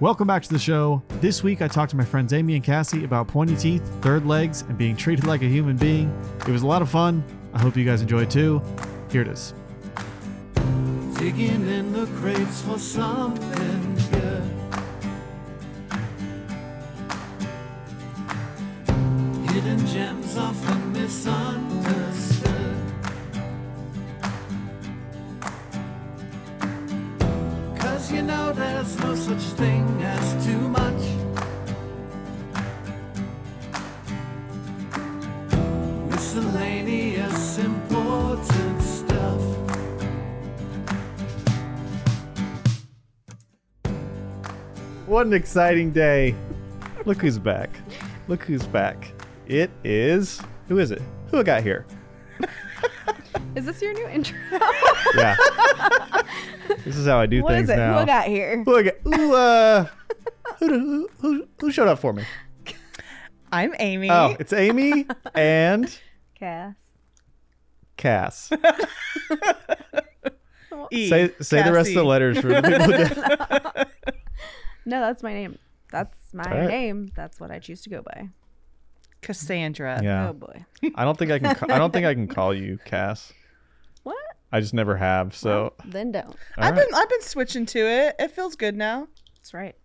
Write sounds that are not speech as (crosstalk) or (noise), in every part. Welcome back to the show. This week, I talked to my friends Amy and Cassie about pointy teeth, third legs, and being treated like a human being. It was a lot of fun. I hope you guys enjoy it too. Here it is. Digging in the crates for something good. Hidden gems often misunderstood. Cause you know there's no such thing as too much. Miscellaneous important stuff. What an exciting day. Look who's back. Look who's back. It is. Who is it? Who I got here? Is this your new intro? Yeah. this is how I do (laughs) What things is it? now. Who got here? Who I got? Ooh, uh, who, do- who, who, who showed up for me? I'm Amy. Oh, it's Amy and Cass. (laughs) Cass. E, Say, say the rest of the Cassie. letters for people. (laughs) to- No, that's my name. That's my All right. name. That's what I choose to go by. Cassandra. yeah. Oh boy. I don't think I can. Ca- I don't think I can call you Cass. What? I just never have. So. Then don't. all I've right. been I've been switching to it. It feels good now. That's right.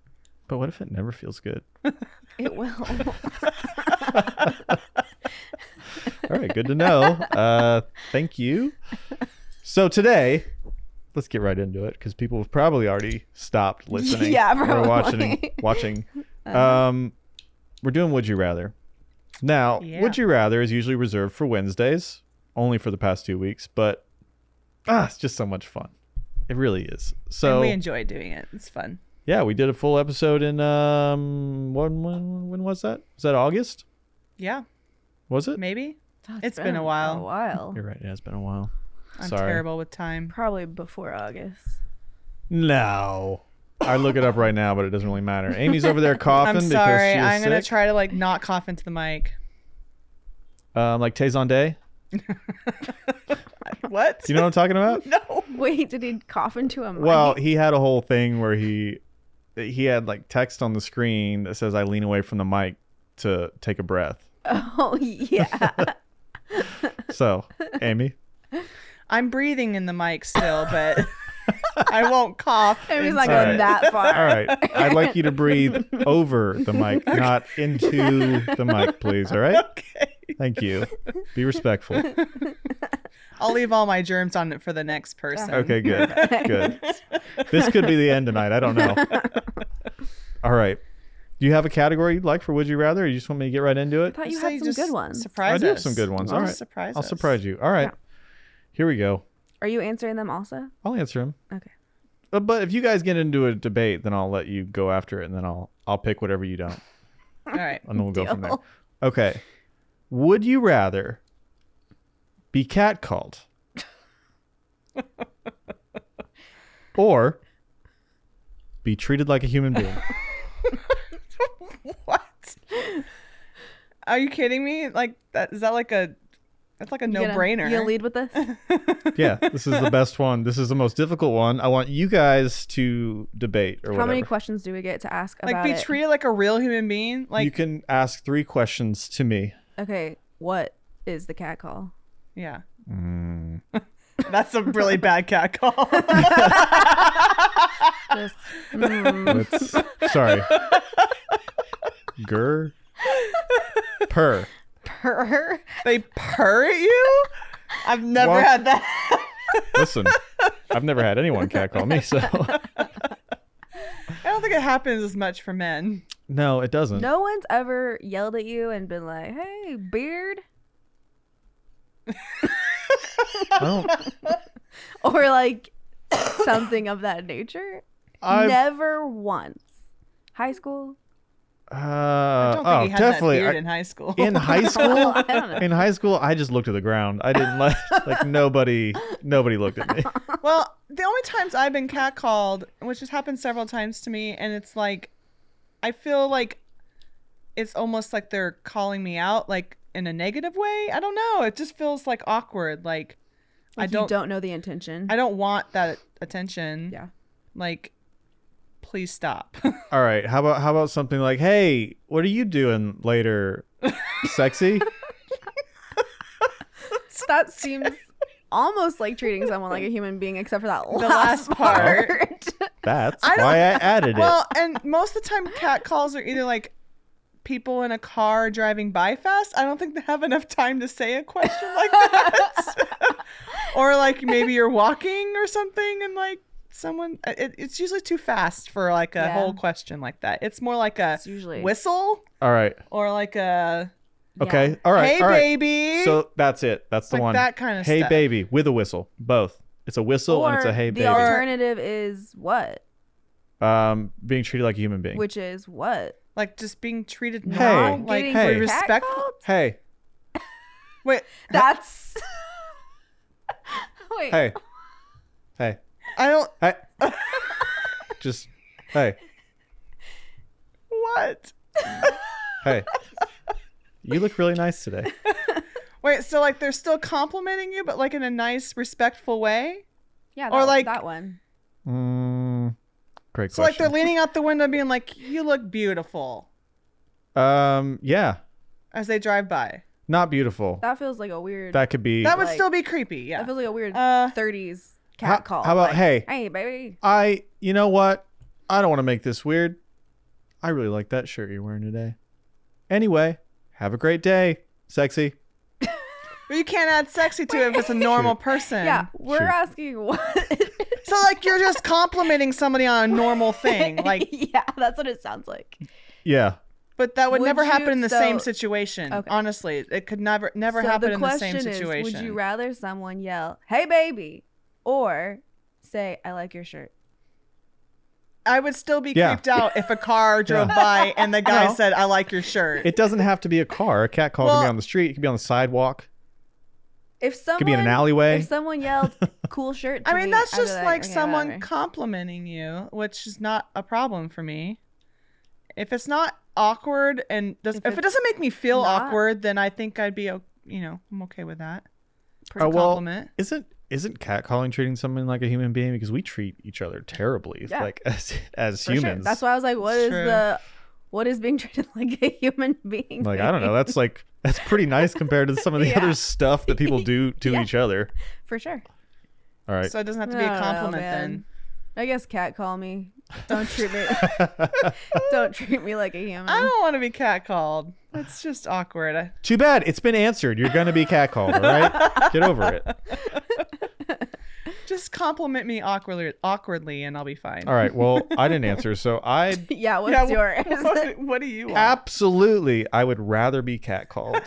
But what if it never feels good? (laughs) It (laughs) will. All right, good to know. Uh, thank you. So today, let's get right into it because people have probably already (laughs) stopped listening. Yeah, Or probably. watching. Watching. Uh-huh. Um, we're doing Would You Rather. Now, Yeah. Would You Rather is usually reserved for Wednesdays, only for the past two weeks, but ah, it's just so much fun. It really is. and So we enjoy doing it. It's fun. yeah, we did a full episode in um when when when was that? Was that August? Yeah. Was it? Maybe. It's been a while. A while. You're right. Yeah, it's been a while. I'm Sorry. terrible with time. Probably before August. No. I look it up right now, but it doesn't really matter. Amy's over there coughing (laughs) I'm because sorry. she is I'm gonna sick. try to like not cough into the mic. Um, like Tazon Day. What? Do you know what I'm talking about? (laughs) no. Wait, did he cough into a mic? Well, he had a whole thing where he he had like text on the screen that says, "I lean away from the mic to take a breath." (laughs) oh (laughs) yeah. So, Amy, I'm breathing in the mic still, but (laughs) I won't cough. I was into- not Sorry. going that far. all right, I'd like you to (laughs) breathe over the mic, not into the mic, please. All right, (laughs) Okay. thank you. Be respectful. I'll leave all my germs on it for the next person. (laughs) Okay, good. Good. This could be the end tonight. I don't know. All right. Do you have a category you'd like for Would You Rather? Or you just want me to get right into I it? thought you Just had say some just good ones. Surprise I do have us. some good ones. I'll All just right. surprise I'll us. surprise you. All right. Here we go. Are you answering them also? I'll answer them. Okay. Uh, But if you guys get into a debate, then I'll let you go after it and then I'll I'll pick whatever you don't. All right. And then we'll go from there. Deal. Okay. Would you rather be (laughs) catcalled or be treated like a human (laughs) being? (laughs) What? Are you kidding me? Like that is that like a that's like a You no gonna- brainer. You gonna lead (laughs) with this? yeah, this is the best one. This is the most difficult one. I want you guys to debate or How whatever. many questions do we get to ask like about be it? treated like a real human being. Like you can ask three questions to me. okay, what is the cat (laughs) call? yeah. Mm. (laughs) That's a really bad cat call. (laughs) Just mm, That's (laughs) sorry. Gur purr. purr. they purr at you? I've never Well- had that. (laughs) Listen, I've never had anyone catcall me, (laughs) so (laughs) I don't think it happens as much for men. no, it doesn't. No one's ever yelled at you and been like, "Hey, beard," (laughs) I (laughs) don't, uh, or like something of that nature. I've, Never once. High school. uh, I don't think oh, he had definitely. that beard I- in high school. (laughs) in high school (laughs) I don't know. in high school i just looked at the ground i didn't (laughs) like like nobody nobody looked at me well, the only times I've been catcalled, which has happened several times to me, and it's like, I feel like it's almost like they're calling me out, like in a negative way. I don't know. It just feels like awkward. Like, I Like, don't, You don't know the intention. I don't want that attention. Yeah. Like, please stop. All right. How about how about something like, "Hey, what are you doing later, sexy?" That seems almost like treating someone like a human being, except for that last part. That's I don't- why I added it. well, and most of the time, cat calls are either like people in a car driving by fast. I don't think they have enough time to say a question like that. (laughs) or like maybe you're walking or something, and like someone, uh, it, it's usually too fast for like a Yeah. whole question like that. It's more like a It's usually whistle All right. or like a Okay. All right. hey all right. baby. So that's it. That's the Like one. that kinda Hey stuff. baby with a whistle. Both. It's a whistle Or and it's a hey the baby. alternative is what? um, being treated like a human being. Which is what? like just being treated Hey. normal, Not like Getting hey. respectful. catcalled? hey, Wait, That's. (laughs) Wait. (laughs) hey, hey, I don't. hey. Just hey, What? hey. You look really nice today. Wait, so like they're still complimenting you, but like in a nice, respectful way. Yeah. Or that- like- that one. Mm, great So like question. they're leaning out the window, being like, "You look beautiful," um, yeah, as they drive by. not beautiful. That feels like a weird. That could be. That would Like- still be creepy. that Yeah. feels like a weird Uh, 30s cat call. how about like, hey? Hey, baby. I. You know what? I don't want to make this weird. I really like that shirt you're wearing today. Anyway, have a great day, sexy. But you can't add sexy to it if it's (laughs) a normal person. Yeah, we're Shoot. asking (laughs) what. So like you're just complimenting somebody on (laughs) a normal thing, like, yeah, that's what it sounds like. Yeah. but that would, Would never you- happen in the so- same situation. Okay. Honestly, it could never, never so happen the in the question same is, situation. would you rather someone yell, "Hey, baby," or say, "I like your shirt"? I would still be Yeah. creeped out if a car drove (laughs) Yeah. by and the guy No. said, "I like your shirt." It doesn't have to be a car. A cat call can be Well- on the street. It could be on the sidewalk. If It someone could be in an alleyway. if someone yelled, (laughs) "Cool shirt," to I mean, me, that's I'd be just like "Okay, someone whatever." complimenting you, which is not a problem for me. If it's not awkward and does, If if, it it's doesn't make me feel not- awkward, then I think I'd be, o- you know, I'm okay with that. Oh, well, compliment. Isn't isn't catcalling treating someone like a human being because we treat each other terribly, Yeah. like as as For sure. humans. That's why I was like, "What is It's true. the, what is being (laughs) treated like a human being?" Like I don't know. That's like that's pretty nice compared to some (laughs) of the Yeah. other stuff that people do to Yeah. each other. (laughs) for sure. All right. So it doesn't have to be I a don't know, compliment then. Oh, man. I guess cat call me. Don't treat me. (laughs) don't treat me like a human. I don't want to be catcalled. It's just awkward. I, (laughs) Too bad it's been answered. You're gonna be catcalled. All right. Get over it. just compliment me awkwardly, awkwardly, and I'll be fine. All right. Well, I didn't answer, so I (laughs) yeah, what's Yeah, wh- yours? (laughs) What, what do you want? absolutely I would rather be catcalled.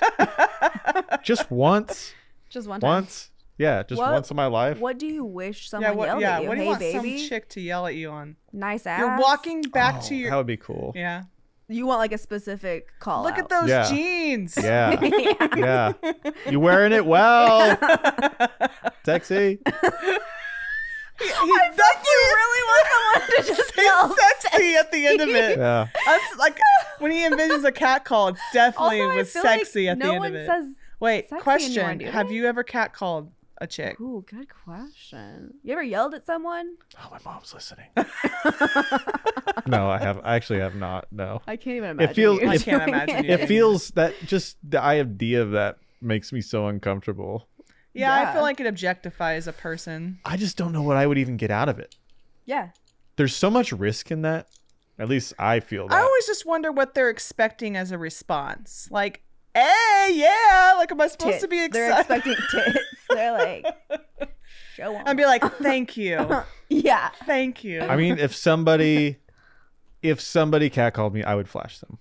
(laughs) Just once. (laughs) just one time. Once. Yeah. Just What- once in my life. What do you wish someone yeah, what, yelled yeah. at you? What do hey, you want baby, some chick to yell at you on? nice ass. You're walking back Oh, to your. That would be cool. yeah. You want like a specific call. Look at out. those Yeah. jeans. (laughs) Yeah. (laughs) yeah. Yeah. You wearing it (laughs) well. Sexy. I bet you really want someone (laughs) to just yell. sexy at the end of it. Yeah. (laughs) That's like when he envisions a cat call, it's definitely Also, I was feel sexy like at no the end one of it. says. Wait, sexy anymore, question: do Have they? you ever cat called a chick? Ooh, good question. You ever yelled at someone? Oh, my mom's listening. no, I have. I actually have not. No. I can't even imagine. feels- you I can't doing (laughs) imagine it. you. It feels that just the idea of that makes me so uncomfortable. Yeah, I Yeah. feel like it objectifies a person. I just don't know what I would even get out of it. Yeah. There's so much risk in that. At least I feel that. I always just wonder what they're expecting as a response. Like, hey, yeah, like am I supposed to be Tits. They're excited? expecting tits. They're like, show on. (laughs) I'd be (laughs) like, thank (laughs) you, (laughs) yeah. thank you. I mean, if somebody, if somebody catcalled me, I would flash them.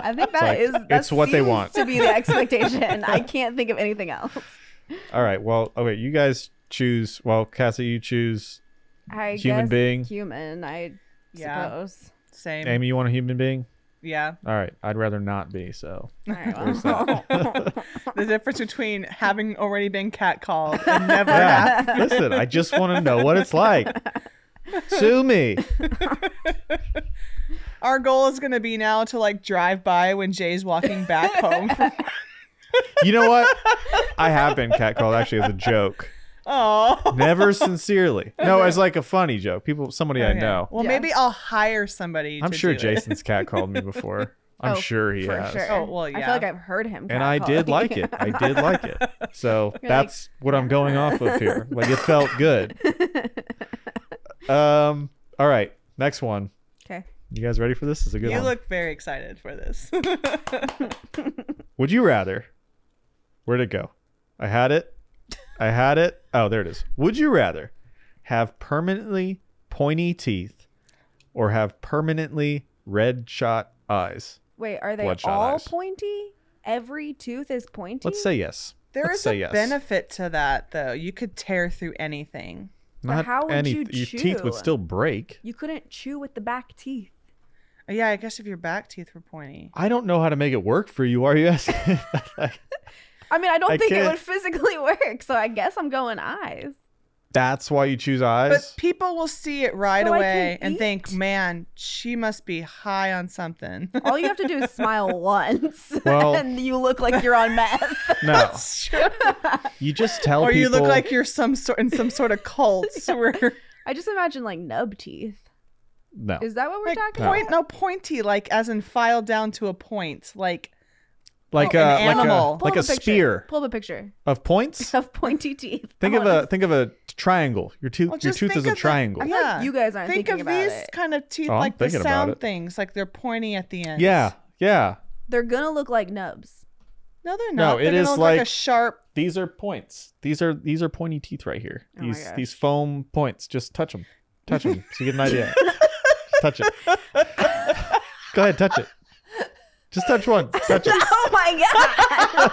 I think that like, is. that it's what they seems want. to (laughs) be the expectation. I can't think of anything else. All right. Well, okay. You guys choose. Well, Cassie, you choose. I Human guess being. Human. I Yeah. (laughs) suppose. Same. Amy, you want a human being? Yeah. All right. I'd rather not be. So. All right, There's well. The difference between having already been catcalled (laughs) and never have. Yeah. Listen, I just want to know what it's like. Sue me. Our goal is going to be now to like drive by when Jay's (laughs) walking back home. From- (laughs) You know what? I have been catcalled actually as a joke. Oh. Never sincerely. No, as like a funny joke. People, somebody I Okay. know. Well, Yeah. maybe I'll hire somebody. I'm to sure do it. Jason's cat called me before. I'm Oh, sure he for has. sure. Oh, well, I yeah. feel like I've heard him. And I catcall. did like it. I did like (laughs) it. So You're like, that's what I'm going off of here. Like it felt (laughs) good. Um. All right. Next one. (laughs) okay. You guys ready for this? this is a good You one. look very excited for this. (laughs) Would you rather? Where'd it go? I had it. I had it. Oh, there it is. Would you rather have permanently pointy teeth or have permanently red shot eyes? Wait, are they Bloodshot all eyes. pointy? Every tooth is pointy. Let's say yes. There Let's is a say yes. benefit to that, though. You could tear through anything. But how would you Your teeth would chew? still break. you couldn't chew with the back teeth. Oh, Yeah, I guess if your back teeth were pointy. I don't know how to make it work for you. Are you asking? (laughs) I mean, I don't I think it can't- would physically (laughs) work, so I guess I'm going eyes. That's why you choose But (laughs) eyes. people will see it right So I away can and think, eat. man, she must be high on something. (laughs) All you have to do (laughs) is smile once, (laughs) Well- and you look like you're on meth. (laughs) no, Sure. you just tell or people. you look like you're some sort in some sort (laughs) of cult where I just imagine like nub teeth. no. Is that what we're like talking point no pointy like as in filed down to a point like like Oh, a an animal. like a like Pull up a picture. spear Pull up a picture of points. of pointy teeth. Think Come of on, a think of a triangle. Your tooth Well, your just tooth think is a of the- triangle. I feel Yeah. like you guys aren't think thinking of about these it. kind of teeth Oh, I'm like the thinking about sound it. things like they're pointy at the end Yeah, yeah. They're gonna look like nubs. no they're No, not it They're gonna is look like, a like- (laughs) sharp These are points. These are these are pointy teeth right here. Oh my these gosh. these foam points. Just touch them. Touch them so you get an (laughs) idea. Just touch it. Go ahead, touch it. Just touch one. Touch it. Oh my god!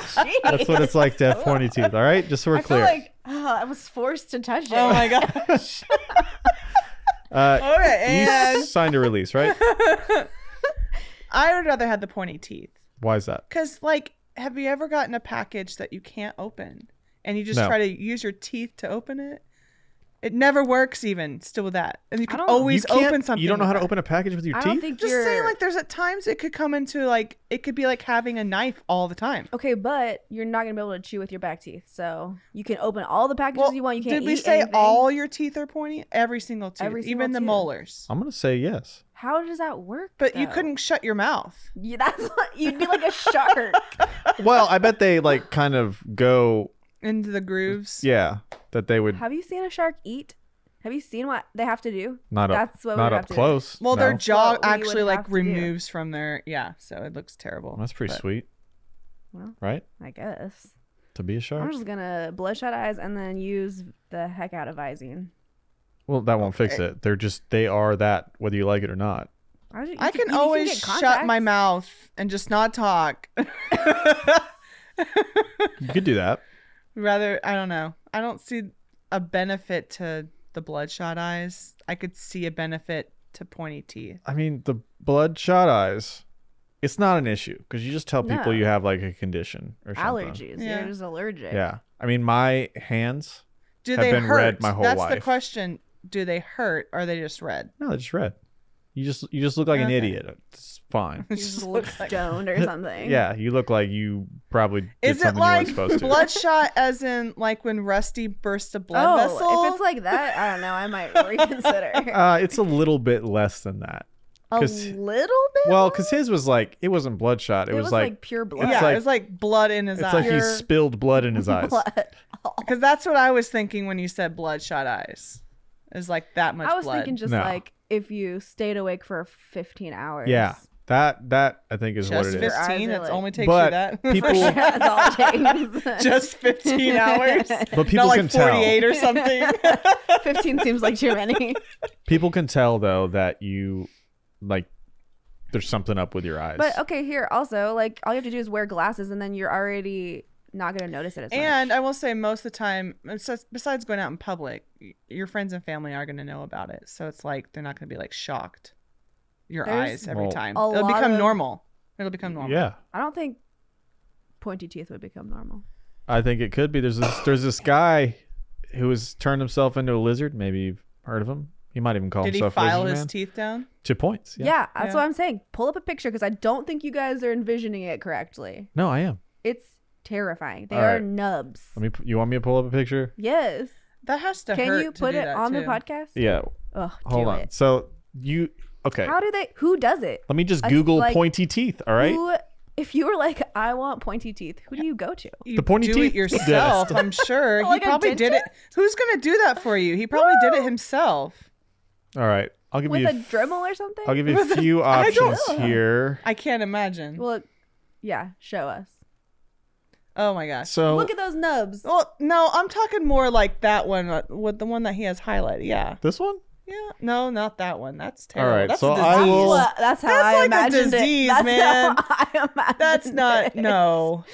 (laughs) Jeez. That's what it's like to have pointy teeth. All right, just so we're I clear. feel like oh, I was forced to touch it. oh (laughs) my gosh uh, all right Oh, you and signed a release, right? i would rather have the pointy teeth Why is that? because like have you ever gotten a package that you can't open and you just No. try to use your teeth to open it it never works even still with that and you can don't- always you can't- open something You don't know how to with that. open a package with your I teeth. don't think just you're saying like there's at times it could come into like it could be like having a knife all the time okay, but you're not gonna be able to chew with your back teeth. So you can open all the packages you want. You can't did we eat say anything. all your teeth are pointy every single tooth Every even single the tooth. molars I'm gonna say yes. How does that work? but you though? couldn't shut your mouth You, that's what, you'd be like a (laughs) shark. Well, I bet they like kind of go. into the grooves Yeah, that they would have you seen a shark eat? Have you seen what they have to do? not up. That's what we not would up have to do. close. well their no. jaw What we would actually have like to do. removes from their yeah so it looks terrible That's pretty but- sweet. Well. right? I guess. To be a I'm shark. just gonna bloodshot eyes and then use the heck out of Visine. Well, that won't fix it. They're just they are that whether you like it or not. I, you i could- can you always get shut my contacts. mouth and just not talk (laughs) You could do that. rather i don't know i don't see a benefit to the bloodshot eyes i could see a benefit to pointy teeth I mean, the bloodshot eyes. It's not an issue because you just tell people No. you have like a condition or something. Allergies. Yeah. You're just allergic. Yeah. I mean, my hands. do Have they been hurt red my whole that's the life. question do they hurt or are they just red No, they're just red. You just you just look like an Okay. idiot. It's (laughs) fine. You (laughs) just look stoned (laughs) or something. yeah, you look like you probably did Is it something like you weren't supposed to. bloodshot, as in like when Rusty bursts a blood oh, vessel? if it's like that, I don't know. I might reconsider. Uh, it's a little bit less than that. a 'cause- little bit. Well, because his was like it wasn't bloodshot. It, it was, like, pure blood. yeah, like- it was like blood in his it's eyes. like he spilled blood in his eyes. Blood. Because that's what I was thinking when you said bloodshot eyes. Is like that much I was blood. thinking just No. like if you stayed awake for 15 hours. (laughs) Yeah, that that I think is just what it is. Your eyes 15. are That's like- only takes But you that. (laughs) people- That's all it takes. (laughs) just 15 hours. But people Not like can tell. 48 or something. (laughs) 15 seems like too many. People can tell though that you like there's something up with your eyes. But okay, here also, like all you have to do is wear glasses and then you're already not going to notice it as much. and uh, I will say, most of the time, besides- besides going out in public, y- your friends and family are going to know about it. So it's like they're not going to be like shocked. Your There's eyes every Well- time. a It'll lot become of- normal. It'll become normal. yeah, I don't think pointy teeth would become normal. I think it could be. There's this there's this guy who has turned himself into a lizard. Maybe you've heard of him. He might even call Did he himself file lizard his man. teeth down? to points. Yeah, Yeah. that's Yeah. what I'm saying. Pull up a picture because I don't think you guys are envisioning it correctly. No, I am. It's terrifying. They All are right. nubs. Let me. pu- You want me to pull up a picture? Yes. That has to Can hurt. you to put do it that, on the too. podcast? Yeah. Ugh, Hold do on. It. So you okay? How do they? Who does it? Let me just I- Google like, pointy teeth. All right. Who, if you were like, I want pointy teeth, who do you go to? You The pointy do teeth (laughs) it yourself. dentist. (laughs) I'm sure Like a he probably did it. Who's gonna do that for you? He probably did it himself. All right. I'll give With you. a a f- Dremel or something? I'll give (laughs) you a few options know. here. I can't imagine. Well, yeah, show us. oh my gosh. So Look at those nubs. Oh, Well, no, I'm talking more like that one uh, with the one that he has highlighted. Yeah, this one. yeah. No, not that one. That's terrible. right, That's so a disease. I (laughs) That's will- what- that's how That's I like a imagined disease, it. That's man. How I imagined That's not it. (laughs) no.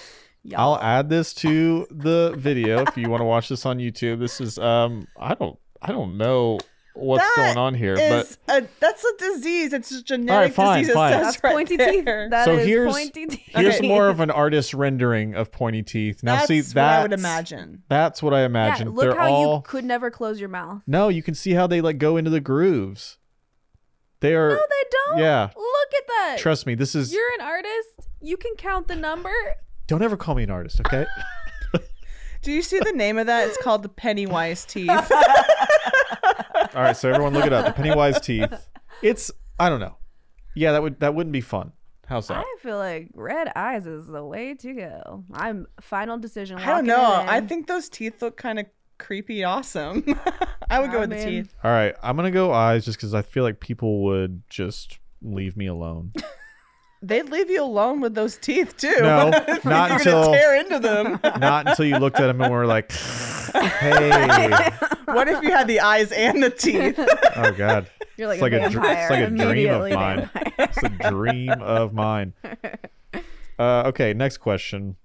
I'll Y'all. add this to the video if you want to watch this on YouTube. This is um. I don't. I don't know what's That going on here, but Is a, that's a disease. It's a genetic fine, disease. It fine. says That's right pointy there. teeth. That is So here's- pointy teeth. Here's more of an artist rendering of pointy teeth. Now that's see what I would that's- imagine. That's what I (laughs) Yeah, imagine. look They're how all you could never close your mouth. No, you can see how they like go into the grooves. They are No, they don't. Yeah. Look at that. trust me, this is You're an artist. You can count the number. don't ever call me an artist, okay? Do you see the name of that? It's called the (laughs) Pennywise teeth. all right, so everyone look it up. The Pennywise (laughs) teeth. It's I don't know. Yeah, that would that wouldn't be fun. How's that? I feel like red eyes is the way to go. I'm final decision. I don't walking know. in. I think those teeth look kind of creepy awesome. (laughs) I would go with the I'm in. teeth. All right, I'm gonna go eyes just because I feel like people would just leave me alone. They'd leave you alone with those teeth too. (laughs) No, You're not gonna until- tear into (laughs) them. Not until you looked at them and were like, (laughs) "Hey, what if you had the eyes and the teeth? oh god." you're like, it's like a a dr- vampire. it's like a dream of Immediately (laughs) mine. vampire. It's a dream of mine. (laughs) Uh, okay, next question.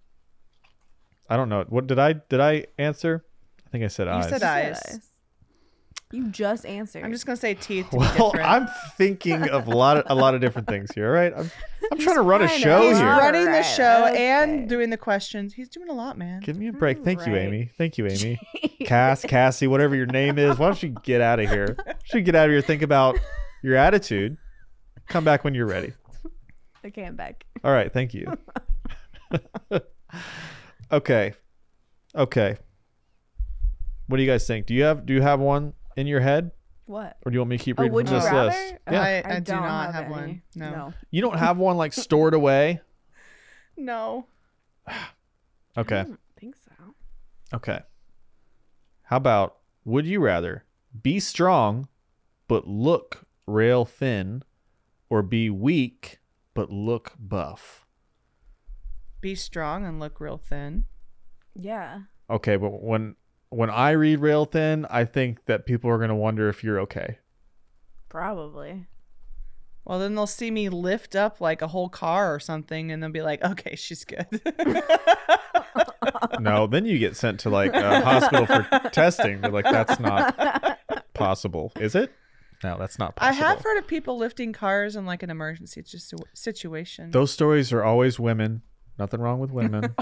I don't know. What did I did I answer? I think I said eyes. said Red Eyes. eyes. You just answered. (laughs) I'm just gonna say teeth to be well, different. I'm thinking of a lot of, a lot of different things here. All right, I'm I'm trying to run a fine, show He's He's Oh, here. right. running the Alright, show okay. and doing the questions. He's doing a lot, man. Give me a break. Thank you, Right. Amy. Thank you, Amy. Cass, Cassie, whatever your name is. Why don't you get out of here? You should get out of here. Think about your attitude. Come back when you're ready. I came back. All right, thank you. (laughs) okay. Okay. What do you guys think? Do you have do you have one in your head What? or do you want me to keep Oh, reading would from you this rather? list? Oh, Yeah. I- I do don't not have any. one. No. You don't have one like stored away? No. Okay. I don't think so. Okay. How about would you rather be strong but look rail thin or be weak but look buff? Be strong and look real thin. Yeah. Okay, but when when I read rail thin, I think that people are going to wonder if you're okay. Probably. Well, then they'll see me lift up like a whole car or something, and they'll be like, "Okay, she's good." (laughs) No, then you get sent to like a hospital for (laughs) testing. They're like, that's not possible, is it? No, that's not I possible. have heard of people lifting cars in like an emergency just situation. Those stories are always women. Nothing wrong with women.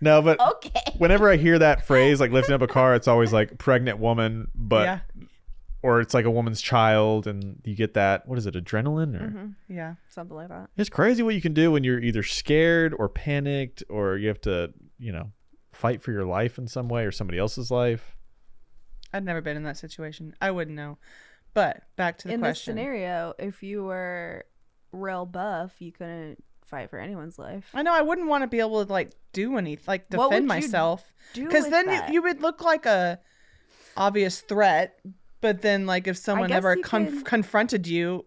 no, but Okay. whenever I hear that phrase, like lifting up a car, it's always like pregnant woman, but yeah, or it's like a woman's child, and you get that. What is it, adrenaline? Or yeah. Something like that. it's crazy what you can do when you're either scared or panicked, or you have to, you know, fight for your life in some way or somebody else's life. I'd never been in that situation. I wouldn't know. But back to the In this question. scenario, if you were real buff, you couldn't fight for anyone's life. I know I wouldn't want to be able to like do anything, like What would defend you myself, Do because with then that. you, you would look like a obvious threat. But then, like if someone guess ever you conf- could- confronted you,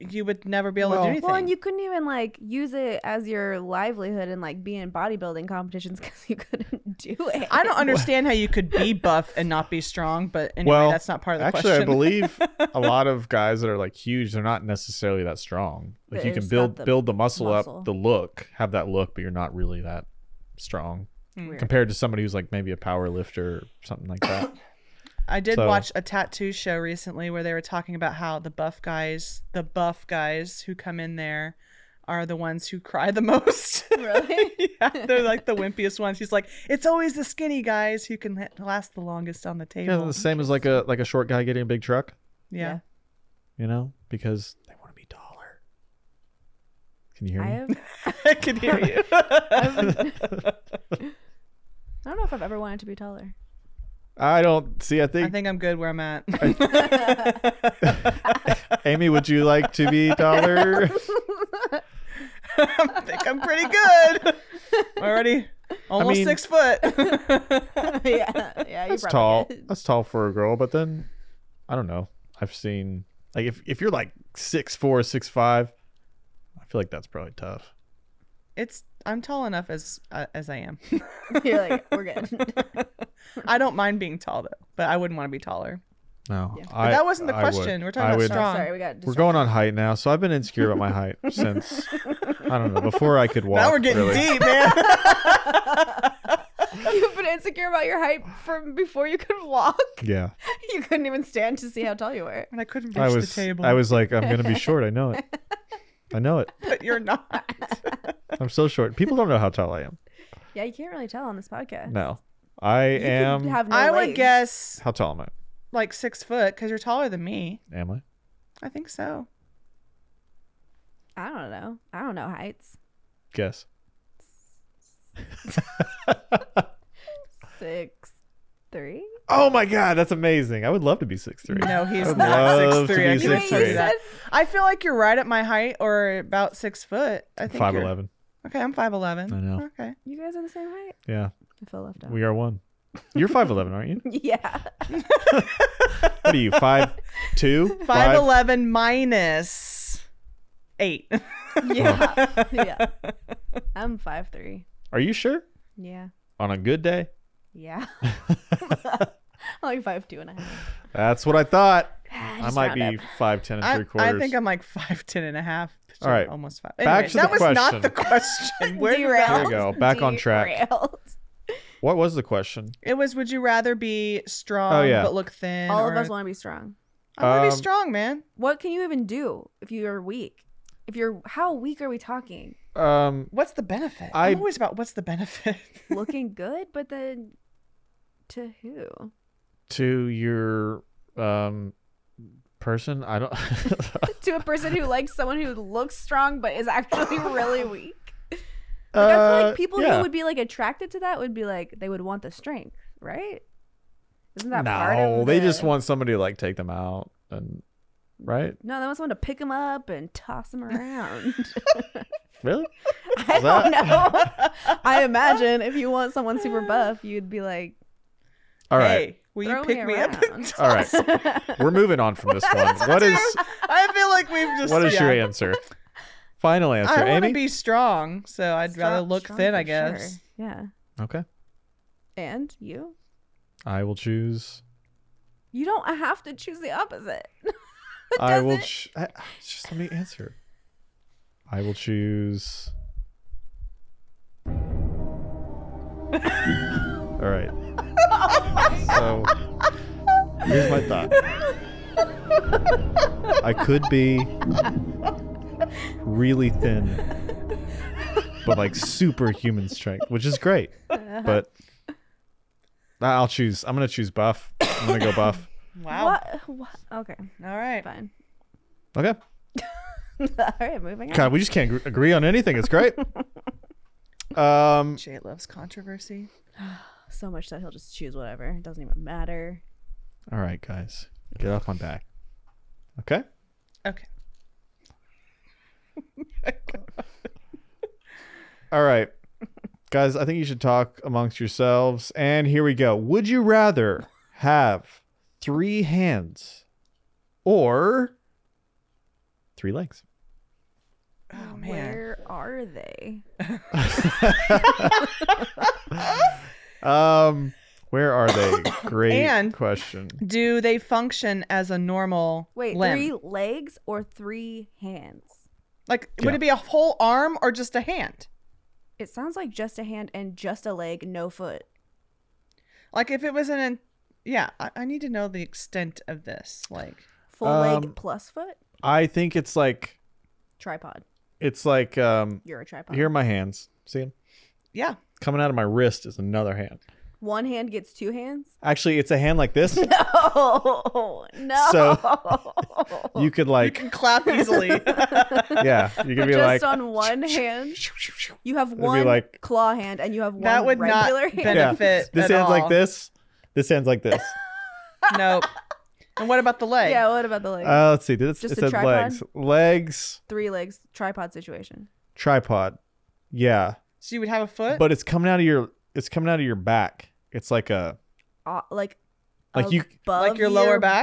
you would never be able to Well- do anything. Well, and you couldn't even like use it as your livelihood and like be in bodybuilding competitions (laughs) because you couldn't do it. (laughs) I don't understand how you could be buff and not be strong, but anyway, Well, that's not part of the Actually, question. I believe (laughs) a lot of guys that are like huge, they're not necessarily that strong. Like But you can it's build not the build the muscle, muscle. up, the look, have that look, but you're not really that strong Mm. Weird. compared to somebody who's like maybe a power lifter or something like (coughs) that. I did So- watch a tattoo show recently where they were talking about how the buff guys, the buff guys who come in there, are the ones who cry the (laughs) most. Really? (laughs) yeah, they're like the wimpiest ones. He's like, it's always the skinny guys who can la- last the longest on the yeah, table. the same as like a like a short guy getting a big truck, Yeah. you know, because they want to be taller. Can you hear I me? have. (laughs) I can hear you. I don't know if I've ever wanted to be taller. I don't see. I I think, think I'm good where I'm at. Amy, would you like to (laughs) be taller? (laughs) I think I'm pretty good. (laughs) Already almost mean- six foot. (laughs) yeah, yeah, you That's probably tall. did. That's tall for a girl. But then, I don't know. I've seen like if if you're like six four, six five, I feel like that's probably tough. (laughs) it's I'm tall enough as uh, as I am. (laughs) You're like, we're good. I don't mind being tall though, but I wouldn't want to be taller. No, But I, that wasn't the I would. question. We're I talking would- about Oh, strong. sorry, we got. We're going on height now, so I've been insecure about my (laughs) height since I don't know before I could walk. now we're getting really. (laughs) deep, man. distracted. (laughs) You've been insecure about your height from before you could walk. (laughs) Yeah, You couldn't even stand to see how tall you were. and I couldn't reach I was. the table. I was like, I'm gonna be short. I (laughs) know it. I know it. but (laughs) you're not. I'm so short. People don't know how tall I am. Yeah, you can't really tell on this podcast. No, I You could am. have no I would legs. guess How tall am I? like six foot because you're taller than me. Am I? I think so. I don't know. I don't know heights. Guess. Six, three. Oh my god, that's amazing! I would love to be six (laughs) three. No, he's I'd not love six to three. be I Six You can't wait, tell you three. you that. said I feel like you're right at my height or about six foot. I think Five you're- eleven. Okay, I'm five eleven. I know. Okay. you guys are the same height. Yeah, I feel left out. we are one. You're five eleven, aren't you? (laughs) Yeah. What are you? Five two? Five eleven minus eight. Yeah. (laughs) yeah. I'm five three. Are you sure? Yeah. On a good day? (laughs) Yeah. like five two and a half. That's what I thought. (sighs) I, I just might be round up. five ten and (laughs) I, three I quarters. think I'm like five ten and a half. All right. almost five. Back Anyway, to the that was question. not (laughs) the (laughs) (laughs) question. Where did that- Derailed. There you go. Back on track. Derailed. (laughs) What was the question? It was. Would you rather be strong Oh, yeah. but look thin? All or- of us want to be strong. I want to be Um, strong, man. What can you even do if you are weak? If you're how weak are we talking? Um, What's the benefit? I- I'm always about what's the benefit. (laughs) Looking good, but then to who? (laughs) to your um person, I don't. (laughs) to a person who likes someone who looks strong but is (laughs) actually really weak. Like, I feel Uh, like people yeah. who would be like attracted to that would be like they would want the strength, right? Isn't that part of No, they the- just want somebody to like take them out and right? No, they want someone to pick them up and toss them (laughs) around. (laughs) Really? I Is that- don't know. (laughs) I imagine if you want someone super buff, you'd be like, (laughs) All right. Hey, will throw you pick me, me, up? around. All right. We're moving on from this one. What is (laughs) I feel like we've just. what is your yeah. answer? Final answer, I want Amy. to be strong, so I'd rather Strong- look strong thin. for I guess. sure. Yeah. okay. And you? I will choose. You don't have to choose the opposite. I Does will. it? Ch- I, ah, just let me answer. I will choose. All right. So here's my thought. I could be really thin, but like superhuman strength, which is great. But I'll choose. I'm gonna choose buff. I'm gonna go buff. Wow. What? what? Okay, All right. fine. Okay. (laughs) All right, moving on. God, we just can't gr- agree on anything. It's great. Um, Jay loves controversy. So much that he'll just choose whatever. It doesn't even matter. all right, guys, get off my back. Okay. Okay. All right, guys, I think you should talk amongst yourselves. And here we go. Would you rather have three hands or three legs? Oh man. Where are they? Um, where are they? Great And- question. Do they function as a normal Wait, limb? three legs or three hands? Like, Yeah. would it be a whole arm or just a hand? It sounds like just a hand and just a leg, no foot. Like, if it was an, in- yeah, I, I need to know the extent of this. Like, Full Um, leg plus foot? I think it's like Tripod. it's like um. You're a tripod. Here are my hands. See 'em? yeah, (laughs) coming out of my wrist is another hand. one hand gets two hands? (laughs) Oh, Actually, it's a hand like this. No, no. (laughs) You could You like, can clap (laughs) easily. yeah, you could be like, just on one hand, you have be one like- claw hand, and you have one That would not regular hand. benefit. (laughs) yeah, this at hand's like all. this. This hand's like this. nope. And what about the (laughs) leg? Yeah, what about the legs? Uh, let's see. This, Just it said a tripod? legs, legs, Three legs, tripod situation. tripod. Yeah, So you would have a foot. but it's coming out of your. It's coming out of your back. It's like a Uh, like, like you. above Like your lower back?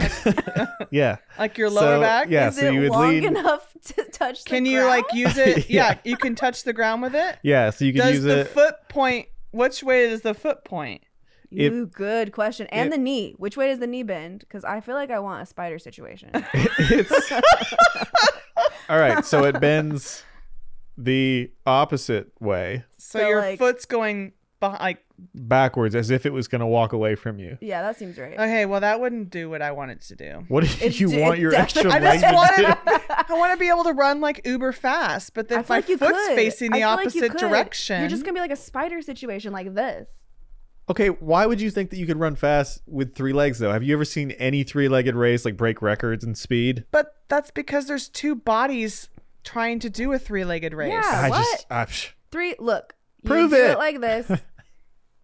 butt? Yeah. like your lower So, back. Yeah, Is so it you would long lean- (laughs) enough to touch the Can you ground? like use it? (laughs) Yeah. yeah. you can touch the ground with it. Yeah. So you could Does use the it. foot point? Which way does the foot point? it- Ooh, good question. And it- the knee. Which way does the knee bend? Because I feel like I want a (laughs) spider situation. it's all right. So it bends the opposite way So, So, your like- foot's going behind. Like, backwards, as if it was going to walk away from you. yeah, that seems right. okay, well that wouldn't do what I want it to do. What if (laughs) It you d- want it your extra I definitely- leg just to (laughs) do? want to. I want to be able to run like uber fast, but I then feel my like you foot's could. facing the I feel like you opposite could. direction. You're just gonna be like a spider situation, like this. Okay, why would you think that you could run fast with three legs though? Have you ever seen any three-legged race like break records in speed? But that's because there's two bodies trying to do a three-legged race. Yeah. I what? just I, psh. Three. Look. You Prove do it. like this. (laughs)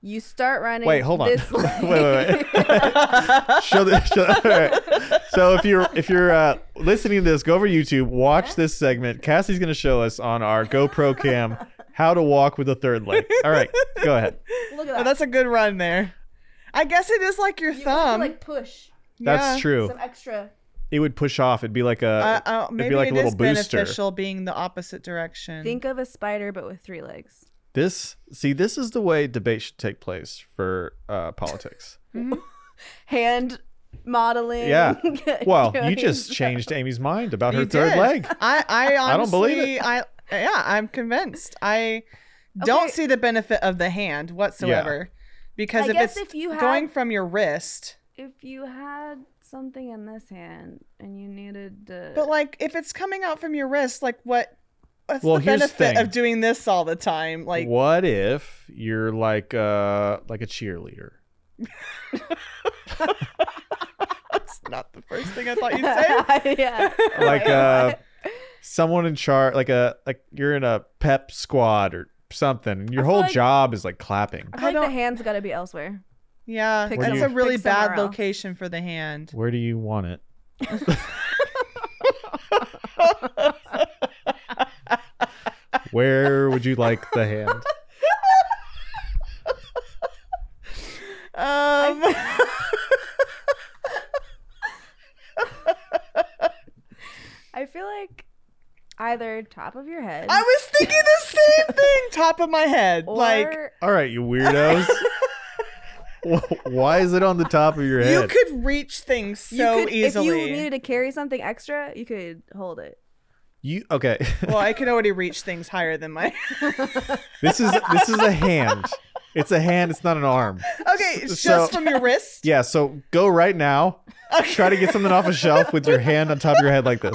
You start running. Wait, hold on. (laughs) This Wait, way. wait, (laughs) (laughs) show the, show, all right. So if you're if you're uh, listening to this, go over to YouTube, watch this segment. Cassie's going to show us on our GoPro cam how to walk with a third leg. All right, go (laughs) ahead. Look Oh, at that. that's a good run there. I guess it is like your you have to, thumb. like push That's Yeah. true. some extra. It would push off. It'd be like a. Uh, uh, it'd maybe be like it a little is booster. beneficial being the opposite direction. Think of a spider but with three legs. This see, this is the way debate should take place for uh, politics. Hand modeling. (laughs) Yeah. (laughs) Well, you doing just stuff. changed Amy's mind about her You third did. leg. (laughs) I, I honestly, I don't believe it. I yeah, I'm convinced. I don't Okay. see the benefit of the hand whatsoever, because I if guess it's if you had- going from your wrist, If you had something in this hand and you needed to. but like if it's coming out from your wrist, like what? What's Well, the here's the benefit thing. of doing this all the time? Like what if you're like uh like a (laughs) cheerleader? that's not the first thing I thought you'd (laughs) say. yeah. (laughs) Like uh someone in charge like a like you're in a pep squad or something. and Your I feel whole like- job is like clapping. I feel like don't- the hand's got to be elsewhere. Yeah, Pick that's some- a really pick somewhere bad else. location for the hand. Where do you want it? (laughs) Where would you like the hand? Um, I feel like either top of your head (laughs) I was thinking the same thing, top of my head. or like All right, you (laughs) weirdos. Wh- Why is it on the top of your head? you could reach things you so could- easily. If you needed to carry something extra, you could hold (laughs) it. You- okay. (laughs) well, I can already reach things higher than my. (laughs) this is this is a hand. It's a hand. It's not an arm. okay, it's So- just from your (laughs) wrist. Yeah. So go right now. Try to get something off a shelf with your hand on top of your head like this.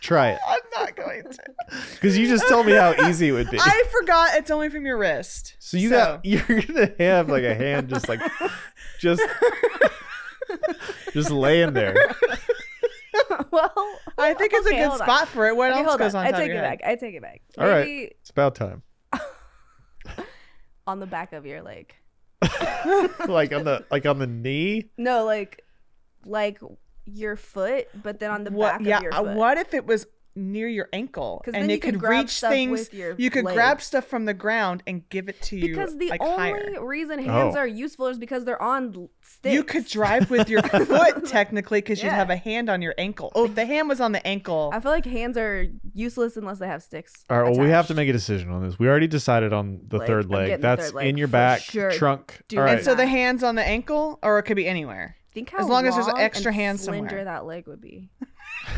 Try it, I'm not going to. because you just told me how easy it would be. I forgot it's only from your wrist. so you got you're gonna have like a hand just like just just laying there. well, I think it's okay, a good hold on. spot for it. What Okay, else hold goes on. on I top of take it your head? back. I take it back. All right. Maybe It's about time. on the back of your leg. Like on the like on the knee. No, like like your foot, but then on the What? back yeah. of your uh, foot. what if it was near your ankle 'Cause and then it you could could grab reach stuff things? with your you could leg. grab stuff from the ground and give it to you. Because the like, only higher. reason hands Oh. are useful is because they're on l- sticks. You could drive with (laughs) your foot technically because you'd Yeah. have a hand on your ankle. Oh, if the hand was on the ankle. I feel like hands are useless unless they have sticks. All right. Well, we have to attached. make a decision on this. We already decided on the Leg. third I'm leg. getting the That's third leg in your for back sure. trunk. Do All not right. (laughs) and so the hands on the ankle, or it could be anywhere. Think how As long as there's long extra and hands slender somewhere. that leg would be. (laughs)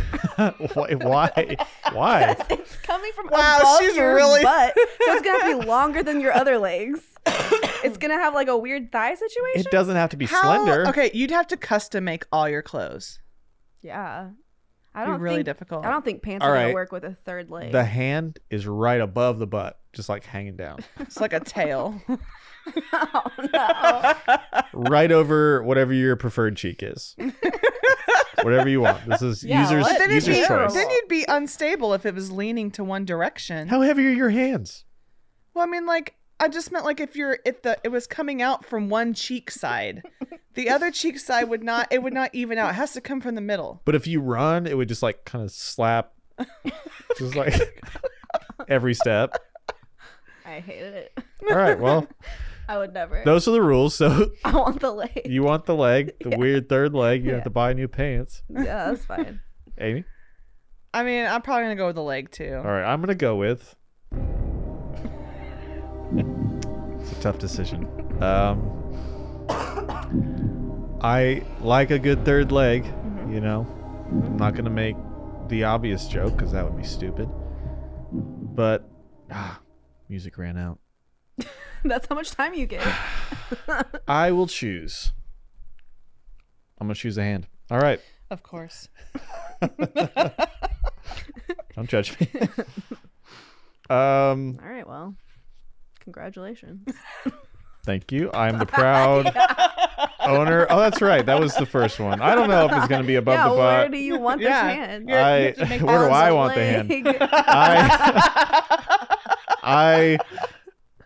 why? Why? why? it's coming from Wow, above she's your (laughs) really- butt, so it's gonna have to be longer than your (coughs) other legs. it's gonna have like a weird thigh situation. It doesn't have to be How- slender. Okay, you'd have to custom make all your clothes. Yeah, I It'd don't be really think, difficult. I don't think pants All are right. gonna work with a third leg. (laughs) The hand is right above the butt, just like hanging down, It's like (laughs) a tail. oh no. right over whatever your preferred cheek (laughs) is. whatever you want. This is Yeah, users what? Then it'd, user's be, choice. then you'd be unstable if it was leaning to one direction. How heavy are your hands? Well, I mean, like I just meant like if you're if the it was coming out from one cheek side, the (laughs) other cheek side would not it would not even out. It has to come from the middle. But if you run, it would just like kind of (laughs) slap, just like every step. I hated it. All right. Well, I would never. those are the rules. So (laughs) I want the leg. you want the leg, the weird third leg. You have Yeah. to buy new pants. yeah, that's (laughs) fine. Amy. I mean, I'm probably gonna go with the leg too. All right. I'm gonna go with. (laughs) it's a tough decision. Um, I like a good third leg. You know, I'm not gonna make the obvious joke because that would be stupid. But ah, music ran out. That's how much time you get. I will choose. I'm gonna choose a hand. All right. Of (laughs) course. Don't judge me. um, All right, well, (laughs) congratulations. thank you. I'm the (laughs) proud owner. Oh, that's right. That was the first one. I don't know if it's gonna be above yeah, the where butt. do you want this Yeah. hand? You're- you I have to make where do On I want the hand? leg. I (laughs)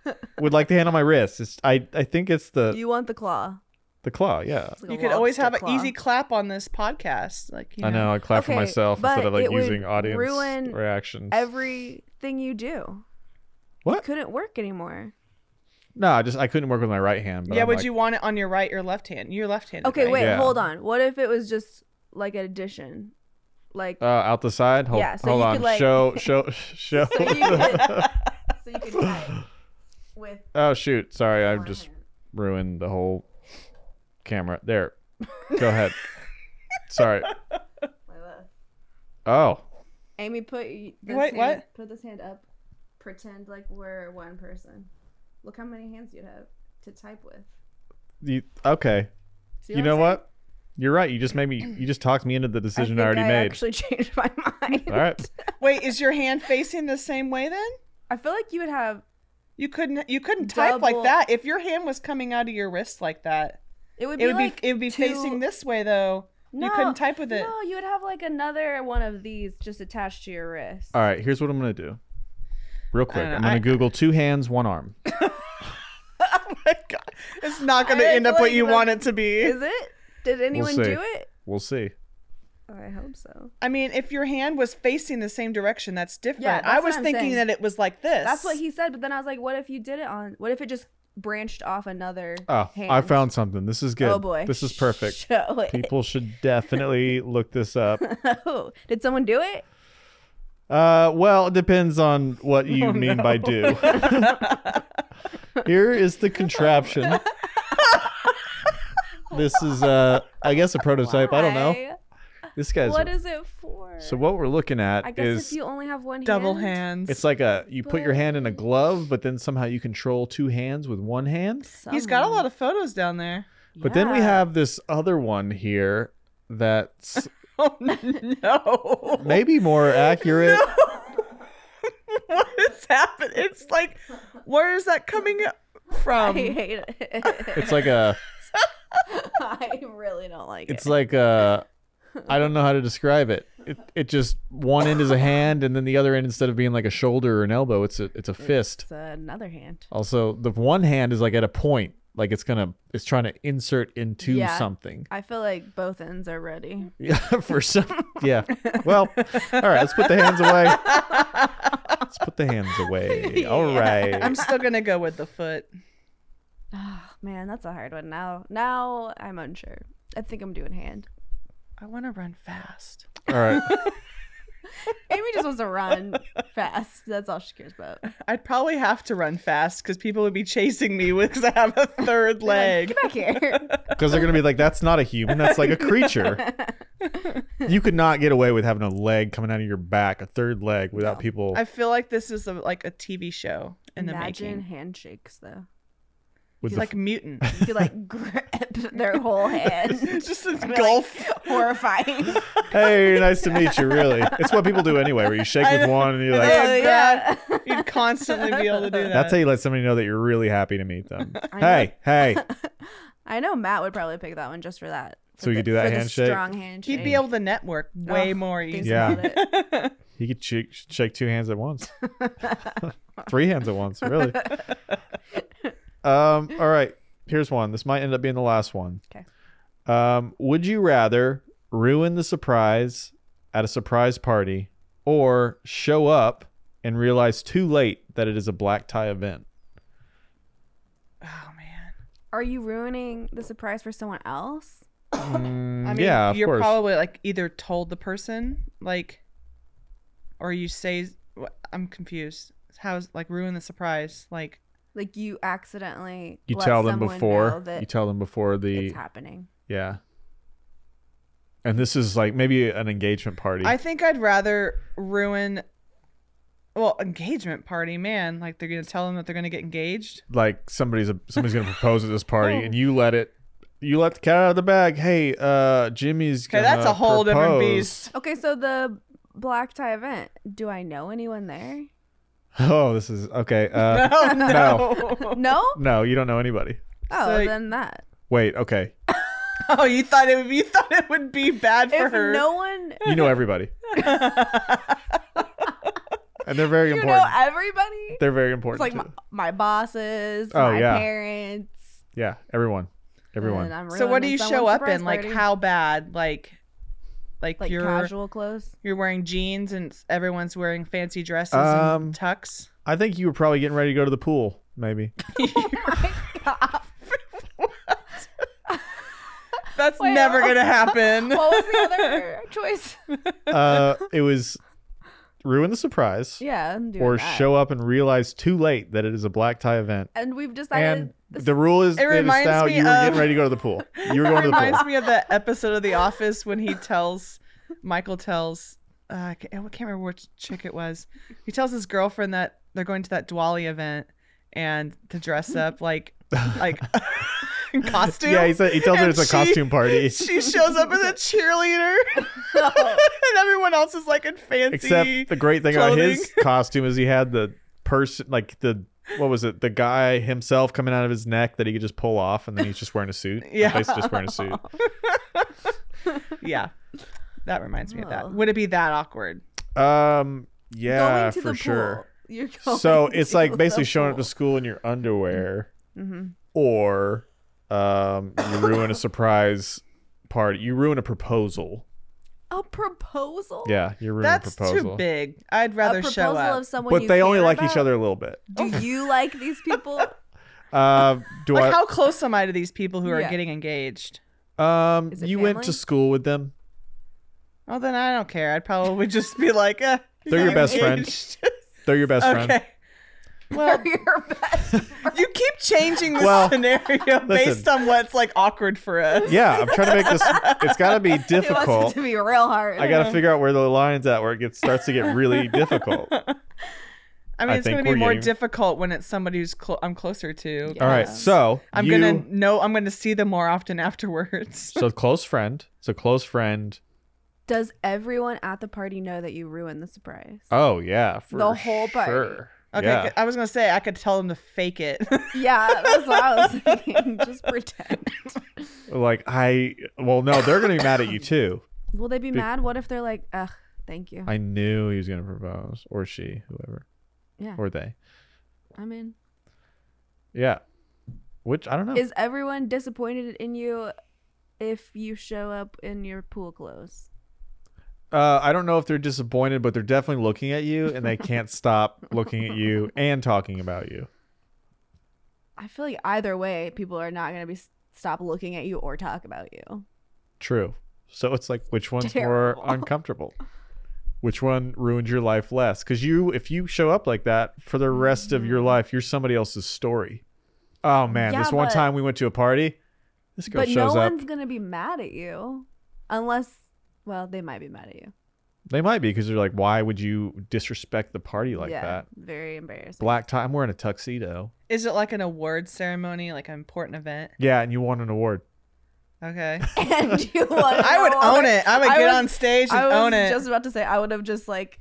I would like the hand on my wrist. It's, I I think it's the (laughs) you want the claw. the claw. Yeah. It's like a You could always lobster have an claw. easy clap on this podcast. Like you I know. I clap for Okay, myself instead but of like it would using audience ruin reactions. Everything you do. What? It couldn't work anymore. no, I just I couldn't work with my right hand. But Yeah, I'm would like- you want it on your right or left hand? Your left hand. Okay, wait, Yeah. hold on. What if it was just like an addition? Like Uh, out the side. Hold, Yeah, so hold you on. could, like- (laughs) show, show, show. so you could so (laughs) you could type with (laughs) oh shoot! Sorry, I've one just hand. ruined the whole camera. There. Go ahead. sorry. Like this. Oh, Amy put y- this Wait, hand, what? put this hand up. Pretend like we're one person. Look how many hands you'd have to type with. you, okay. See You I'm know saying? what? You're right. You just made me. You just talked me into the I decision I, think already I made. actually (laughs) changed my mind. All right. Wait, is your hand facing the same way then? I feel like you would have You couldn't you couldn't type like Double- that. If your hand was coming out of your wrist like that, it would be it would like be it would be two- facing this way though. No, you couldn't type with it. No, you would have like another one of these just attached to your wrist. All right. Here's what I'm gonna do. Real quick, don't know, I'm gonna I- Google two hands, one arm. oh (laughs) my god. It's not going I to end feel up what like you the- want it to be. Is it? Did anyone see. do it? We'll see. Oh, I hope so. I mean, if your hand was facing the same direction, that's different. Yeah, that's I what was I'm thinking saying. that it was like this. That's what he said, but then I was like, what if you did it on what if it just branched off another Oh, hand? I found something. This is good. Oh boy. This is perfect. (laughs) Show it. People should definitely look this up. oh, did someone do it? Uh, well, it depends on what you mean by do. Here is the contraption. this is, uh, I guess, a prototype. I don't know. Why? This guy's. What is it for? so what we're looking I at guess is if you only have one double hand. hands. it's like a you put your hand in a glove, but then somehow you control two hands with one hand. He's got a lot of photos down there. (laughs) But then we have this other one here that's Oh no. (laughs) maybe (laughs) more accurate. what is happening? It's like where is that coming I from? hate it. (laughs) It's like a I really don't like It's it. like uh I don't know how to describe it. It it just one end is a hand and then the other end instead of being like a shoulder or an elbow, it's a it's a fist. It's another hand. Also, the one hand is like at a point, like it's gonna it's trying to insert into Yeah. something. (laughs) I feel like both ends are ready. Yeah, (laughs) for some Yeah. Well, all right, let's put the hands away. Let's put the hands away. All right. I'm still going to go with the foot. Oh, man, that's a hard one. Now, now I'm unsure. I think I'm doing hand. I want to run fast. All right. Amy just wants to run fast. That's all she cares about. Like, I'd probably have to run fast because people would be chasing me because I have a (laughs) third leg. Get back here. Because they're gonna be like, that's not a human, that's like a (laughs) creature. You could not get away with having a leg coming out of your back, a third leg, without No. people I feel like this is a, like a TV show in the Imagine making. handshakes, though. with He's the like (laughs) a (laughs) mutant. You could like (laughs) grip their whole (laughs) hand. Just this gulf. (laughs) Horrifying. (laughs) hey, nice to meet you. Really, it's what people do anyway, where you shake with one and you're like, Oh, yeah. You'd constantly be able to do that. that's how you let somebody know that you're really happy to meet (laughs) them. I know. Hey, hey, I know Matt would probably pick that one just for that. So For we the- could do that for the handshake? Strong handshake. He'd be able to network way Ugh, more think easily. Yeah. about it. he could shake, shake two hands at (laughs) once, three hands at once, really. Um, all right, here's one. This might end up being the last one. Okay. Um, would you rather ruin the surprise at a surprise party or show up and realize too late that it is a black tie event? Oh man. Are you ruining the surprise for someone else? Mm, (laughs) I mean, yeah, of you're course. probably like either told the person like, or you say, wh- I'm confused. How's like ruin the surprise? Like, Like you accidentally you let tell them someone know before. that You tell them before the it's happening. yeah. And this is like maybe an engagement party. I think I'd rather ruin. Well, engagement party, man. Like they're gonna tell them that they're gonna get engaged. like somebody's a, somebody's gonna propose (laughs) at this party, and you let it. You let the cat out of the bag. Hey, uh, Jimmy's. Okay, that's gonna a whole different propose. beast. (laughs) Okay, so the black tie event. Do I know (laughs) anyone there? (laughs) Oh, this is okay. (laughs) Uh, (laughs) no, no. Oh, no. (laughs) No. no, you don't know anybody. Oh, So- then that. Wait, okay, Oh, you thought it would. You thought it would be bad for If her. no one, you know (laughs) everybody, and they're very you important. know everybody. they're very It's important. like my, to- my bosses, Oh, my yeah. parents. yeah, everyone, everyone. and I'm so what do ruining you show someone's up in? surprise Like party. how bad? Like, like, Like you're casual clothes. (laughs) you're wearing jeans and s- everyone's wearing fancy dresses Um, and tux. I think you were probably getting ready to go to the pool, maybe. God. That's Wait, never what- (laughs) gonna happen. What was the other (laughs) choice? uh, it was ruin the surprise Yeah, I'm doing or that. show up and realize too late that it is a black tie event. And we've decided. And the rule is, It it is reminds now me you were getting of- ready to go to the pool. You (laughs) (laughs) were going to the pool. reminds me of the episode of The Office when he tells Michael tells uh, I ca- I can't remember which chick it was. He tells his girlfriend that they're going to that Diwali event and to dress up like like (laughs) in costume. (laughs) Yeah, he said he tells her And it's a she- costume party. (laughs) She shows up as (laughs) a cheerleader, and everyone else is like in fancy. Except the great thing about his (laughs) costume is he had the person, like the what was it, the guy himself coming out of his neck that he could just pull off, and then he's just wearing a suit. Yeah. He's just wearing a suit. yeah, that reminds me of Oh. that. Would it be that awkward? Um, yeah, going to for the sure. pool. You're (laughs) going So it's to like basically the showing up pool. to school in your underwear, Mhm. or um, you ruin a surprise party. You ruin a proposal. a proposal. Yeah, you ruin That's a proposal. too big. I'd a rather proposal show up. of someone. But you they only care like each about? other a little bit. Do you like these people? Uh, do like, I? how close am I to these people who Yeah. are getting engaged? Um, Is it you went to family? school with them. Well, then I don't care. I'd probably just be like, eh, They're your best friend. engaged. (laughs) They're your best friend. okay. (laughs) (laughs) Well, They're your best. you keep changing this Well, scenario (laughs) based listen. on what's like awkward for us. Yeah, I'm trying to make this. It's got to be It wants it (laughs) difficult. to be real hard. I got to figure out where the line's at, where it gets starts to get really difficult. I mean, I it's think going to be we're more getting- difficult when it's somebody who's clo- I'm closer to. Yeah. All right, so I'm you- gonna know. I'm gonna see them more often (laughs) afterwards. So close friend. So close friend. Does everyone at the party know that you ruined the surprise? Oh yeah, for The whole party. Sure. Okay, yeah. good. I was gonna say I could tell them to fake it. (laughs) yeah, that's what I (laughs) was thinking. Just pretend. uh, Like I. Well, no, they're gonna be mad at you too. Will they be Be- mad? What if they're like, ugh, thank you. I knew he was gonna propose, or she, whoever, yeah, or they. I mean, Yeah. Which I don't know. is everyone disappointed in you if you show up in your pool clothes? Uh, I don't know if they're disappointed, but they're definitely looking at you, and they can't stop looking at you and talking about you. I feel like either way, people are not gonna be stop looking at you or talk about you. True. So it's like, which one's Terrible. (laughs) more uncomfortable? Which one ruined your life less? Because you, if you show up like that for the rest of your life, you're somebody else's story. Oh man, Mm-hmm. Yeah, this one but- time we went to a party. This girl but no shows up. one's gonna be mad at you, unless well, they might be mad at you. They might be because they're like, why would you disrespect the party like yeah, that? very embarrassing. Black tie. I'm wearing a tuxedo. Is it like an award ceremony, like an important event? Yeah, and you won an award. (laughs) Okay. (laughs) and you want I would own it. I would I get was- on stage and I was own it. just about to say I would have just like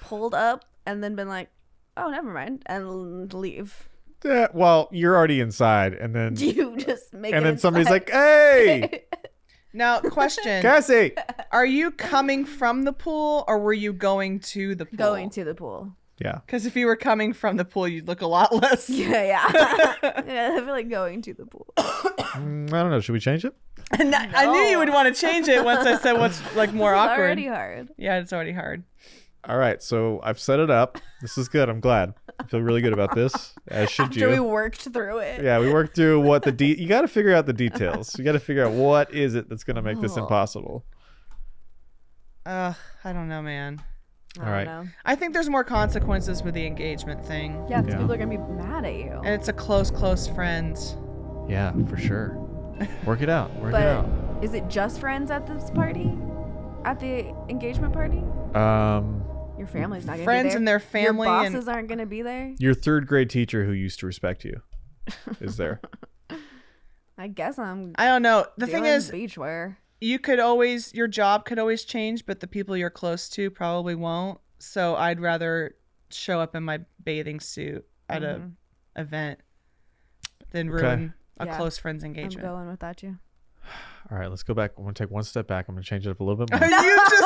pulled up and then been like, oh, never mind, and leave. (laughs) Yeah, Eh, well, you're already inside, and then You just make and it then somebody's inside. like, "Hey, (laughs) Now, (laughs) question: Cassie, Are you coming from the pool or were you going to the pool? going to the pool. (laughs) yeah, Because if you were coming from the pool, you'd look a lot (laughs) less. Yeah, yeah. (laughs) yeah, I feel like going to the pool. Mm, I don't know. Should we change it? And I- I knew you would want to change it once I (laughs) said what's like more It's awkward. already hard. Yeah, it's already hard. All right, so I've set it up. This is good. I'm glad. I feel really good about this. As should After we you. worked through it. yeah, we worked through what the de- you got to figure out the details. You got to figure out what is it that's going to make this Oh. impossible. Ugh, I don't know, man. I All don't right. know. I think there's more consequences with the engagement thing. Yeah, 'cause Yeah. people are gonna be mad at you. And it's a close, close friend. Yeah, for sure. Work it out. Work But- it Is it just friends at this party? At the engagement party? out. Um, Your family's not gonna Friends be there. and their family Your and bosses aren't gonna be there. your third grade teacher who used to respect you is there. I guess I'm. I don't know. The thing doing is, beachwear. you could always your job could always change, but the people you're close to probably won't. So I'd rather show up in my bathing suit at Mhm. a event than Okay. ruin a Yeah. close friend's I'm engagement. going without you. (laughs) All right, let's go back. I'm going to take one step back. I'm going to change it up a little bit (laughs) Are more. (laughs) you just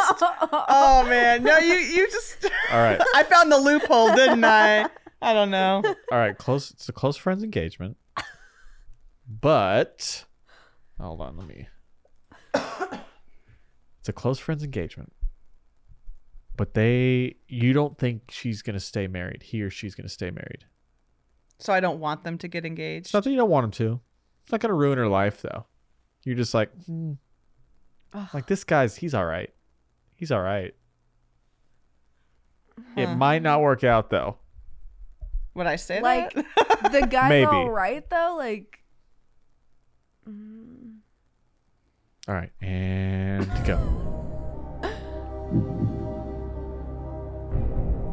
Oh man. No, you you just (laughs) All right. I found the loophole, didn't I? I don't know. All right, close. It's a close friends engagement, but hold on, let me. It's a close friends engagement, but they you don't think she's gonna stay married. He or she's gonna stay married. So I don't want them to get engaged. It's not that you don't want him to. It's not gonna ruin her life though. You're just like, hmm. like this guy's he's all right. He's all right. It might not work out though. Would I say Like- that? (laughs) the guy's Maybe. all right though. Like, mm, All right, and go.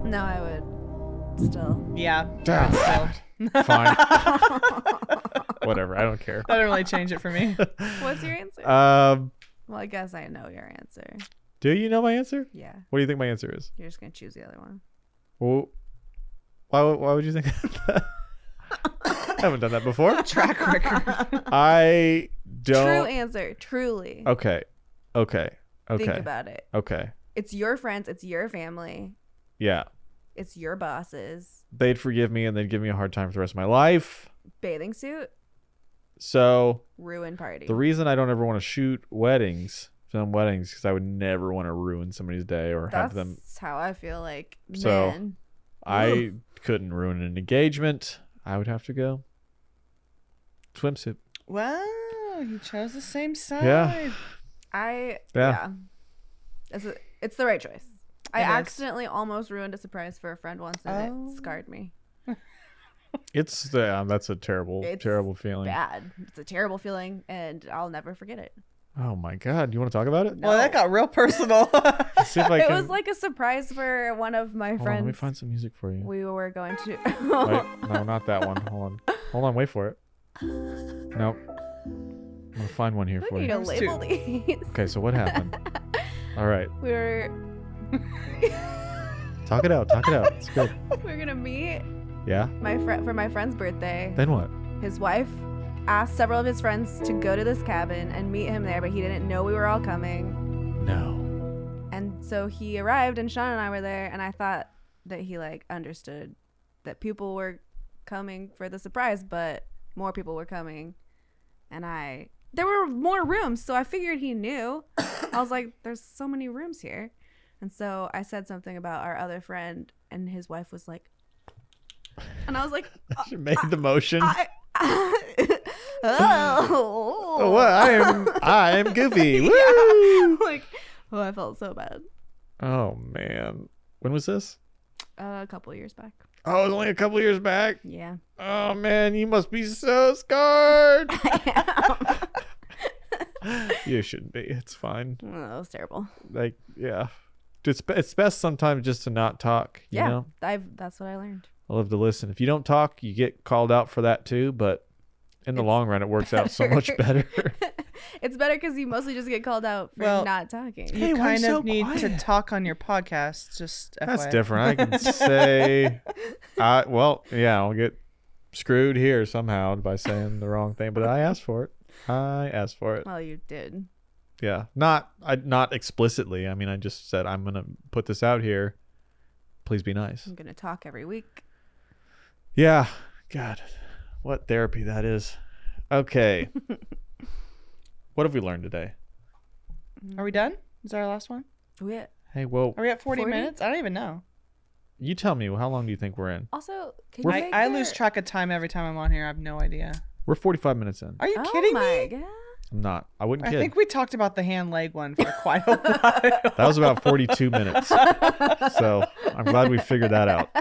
no, I would still. yeah. Damn. So, (laughs) Fine. Whatever. I don't care. that didn't really change it for me. What's your answer? Um, well, I guess I know your answer. do you know my answer? Yeah, What do you think my answer is? you're just gonna choose the other one. Well, why, would- why would you think (laughs) that? I haven't done that before. Track record. I True don't. answer. Truly. Okay. Okay. Think Okay. about it. Okay. It's your friends. It's your family. Yeah. It's your bosses. They'd forgive me and they'd give me a hard time for the rest of my life. Bathing suit. So Ruin party. the reason I don't ever want to shoot weddings, film weddings, because I would never want to ruin somebody's day or That's have them how I feel like. So- man. I couldn't ruin an engagement. I would have to go swimsuit. Wow, he chose the same side. I Yeah. yeah. It's a, it's the right choice. I It is. accidentally almost ruined a surprise for a friend once and Oh. it scarred me. It's um, that's a terrible, It's terrible feeling. Bad. It's a terrible feeling and I'll never forget it. Oh my god! You want to talk about it? (laughs) Well, that got real personal. See if I it can. was like a surprise for one of my um, Hold on, let me friends. find some music for you. we were going (laughs) to (laughs) Wait, no, not that one. Hold on. Hold on. Wait for it. Nope. I'm gonna find one (laughs) here I for need you. to Those label these. (laughs) Okay, so what happened? All right, We were (laughs) talk it out. Talk it out. It's good. we were gonna meet Yeah. my friend for my friend's birthday. Then what? His wife asked several of his friends to go to this cabin and meet him there, but he didn't know we were all coming. (laughs) No. And so he arrived, and Sean and I were there, and I thought that he like understood that people were coming for the surprise, but more people were coming, and I there were more rooms, so I figured he knew. I was like, "There's so many rooms here," and so I said something about our other friend, and his wife was like, and I was like, She made the motion. "I." (laughs) oh. Oh, what? I am. I am Goofy. Woo! (laughs) Yeah. (laughs) Like, oh, I felt so bad. Oh man. When was this? Uh, a couple years back. Oh, it was only a couple years back. Yeah. Oh man, you must be so (laughs) scarred. that (laughs) you should be. It's fine. Mm, was terrible. Like, yeah. It's, it's best sometimes just to not talk. You yeah, know, I've that's what I learned. I love to listen. If you don't talk, you get called out for that too. But in the It's long run, it works out so much better. (laughs) it's better because you mostly just get called out for Well- not talking. You Hey, why kind so of need to quiet? talk on your podcast. Just That's FYI. different. I (laughs) can say, I well, yeah, I'll get screwed here somehow by saying the wrong thing, but I asked for it. I asked for it. Well, you did. Yeah, not I not explicitly. I mean, I just said I'm gonna put this out here. Please be nice. I'm gonna talk every week. Yeah. God, what therapy that is. (laughs) Okay. what have we learned today? Are we done? Is that our last one? We, Hey, well, Are we at 40, 40? minutes? I don't even know. you tell me. How long do you think we're in? also, can you We're- I, make I your- lose track of time every time I'm on here. I have no idea. We're 45 minutes in. Are you oh kidding me? my God. I'm not. I wouldn't I kid. think we talked about the hand leg one for quite a while. That was about 42 minutes. So I'm glad we figured that (laughs) out.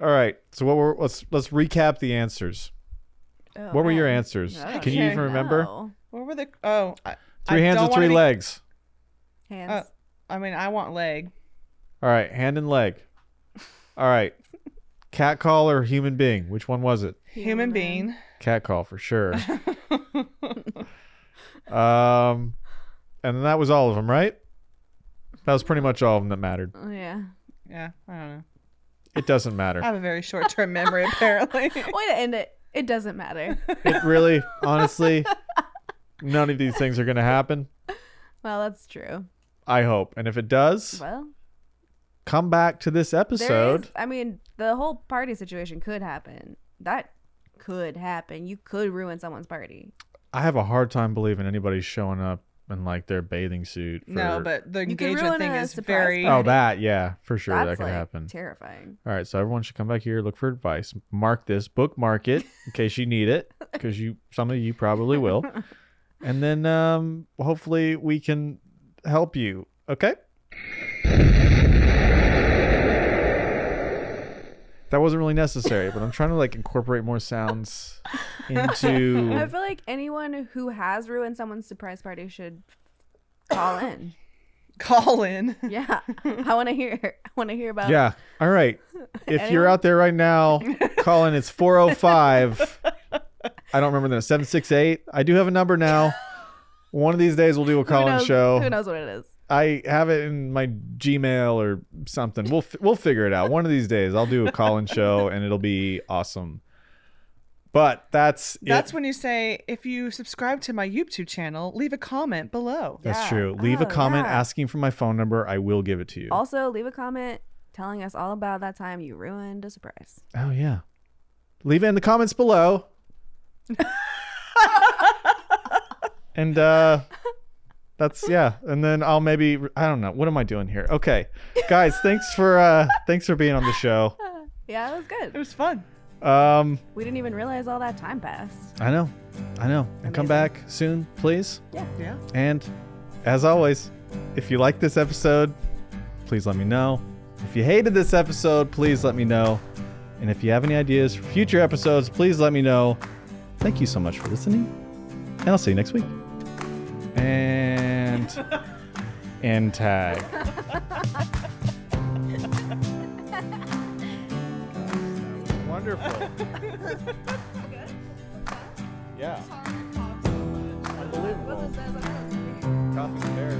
All right. So what were let's let's recap the answers. Oh, what were your man. Oh, answers? I don't Can you even remember? know. what were the? Oh, I, Three I hands don't and wanna three be- legs. Hands. Uh, I mean, I want leg. All right, hand and leg. All right. Cat call or human being? Which one was it? Human being. Cat call for (laughs) sure. um and that was all of them, right? That was pretty much all of them that mattered. Oh, yeah. Yeah, I don't know. It doesn't matter. I have a very short-term memory apparently. Way to end it. It (laughs) doesn't matter. It really, honestly, none of these things are going to happen. well, that's true. I hope. And if it does, Well, come back to this there episode. is. I mean, the whole party situation could happen. That could happen. You could ruin someone's party. I have a hard time believing anybody's showing up in like their bathing suit. For... no, but the You could engagement ruin thing a is surprise very. party. Oh, that, yeah, for sure. That's that could like happen. terrifying. All right, so everyone should come back here, look for advice, mark this, bookmark it in case you need it, because you some of you probably will, and then um, hopefully we can help you. Okay. That wasn't really necessary, but I'm trying to like incorporate more sounds I into. feel like anyone who has ruined someone's surprise party should call in. Call in. Oh. (laughs) Yeah, I want to hear. I want to hear about. Yeah. All (laughs) right. If you're out there right now, calling it's 405. I don't remember the 768. I do have a number now. One of these days we'll do a who call-in knows- show. Who knows what it is? I have it in my Gmail or something. We'll fi- we'll figure it out. One of these days, I'll do a call-in (laughs) show, and it'll be awesome. But that's it. That's when you say, if you subscribe to my YouTube channel, leave a comment below. that's Yeah. true. Leave a Oh, comment yeah. asking for my phone number. I will give it to you. Also, leave a comment telling us all about that time you ruined a surprise. oh yeah. Leave it in the comments (laughs) below. and uh that's yeah. And then I'll maybe I don't know. What am I doing here? Okay. Guys, thanks for uh thanks for being on the show. Yeah, it was It good. was fun. Um We didn't even realize all that time passed. I know. I know. And come Amazing. back soon, please. Yeah. And as always, if you like this episode, please let me know. If you hated this episode, please let me know. And if you have any ideas for future episodes, please let me know. Thank you so much for listening. And I'll see you next week. And and tag. Wonderful. Yeah. Unbelievable. Coffee's very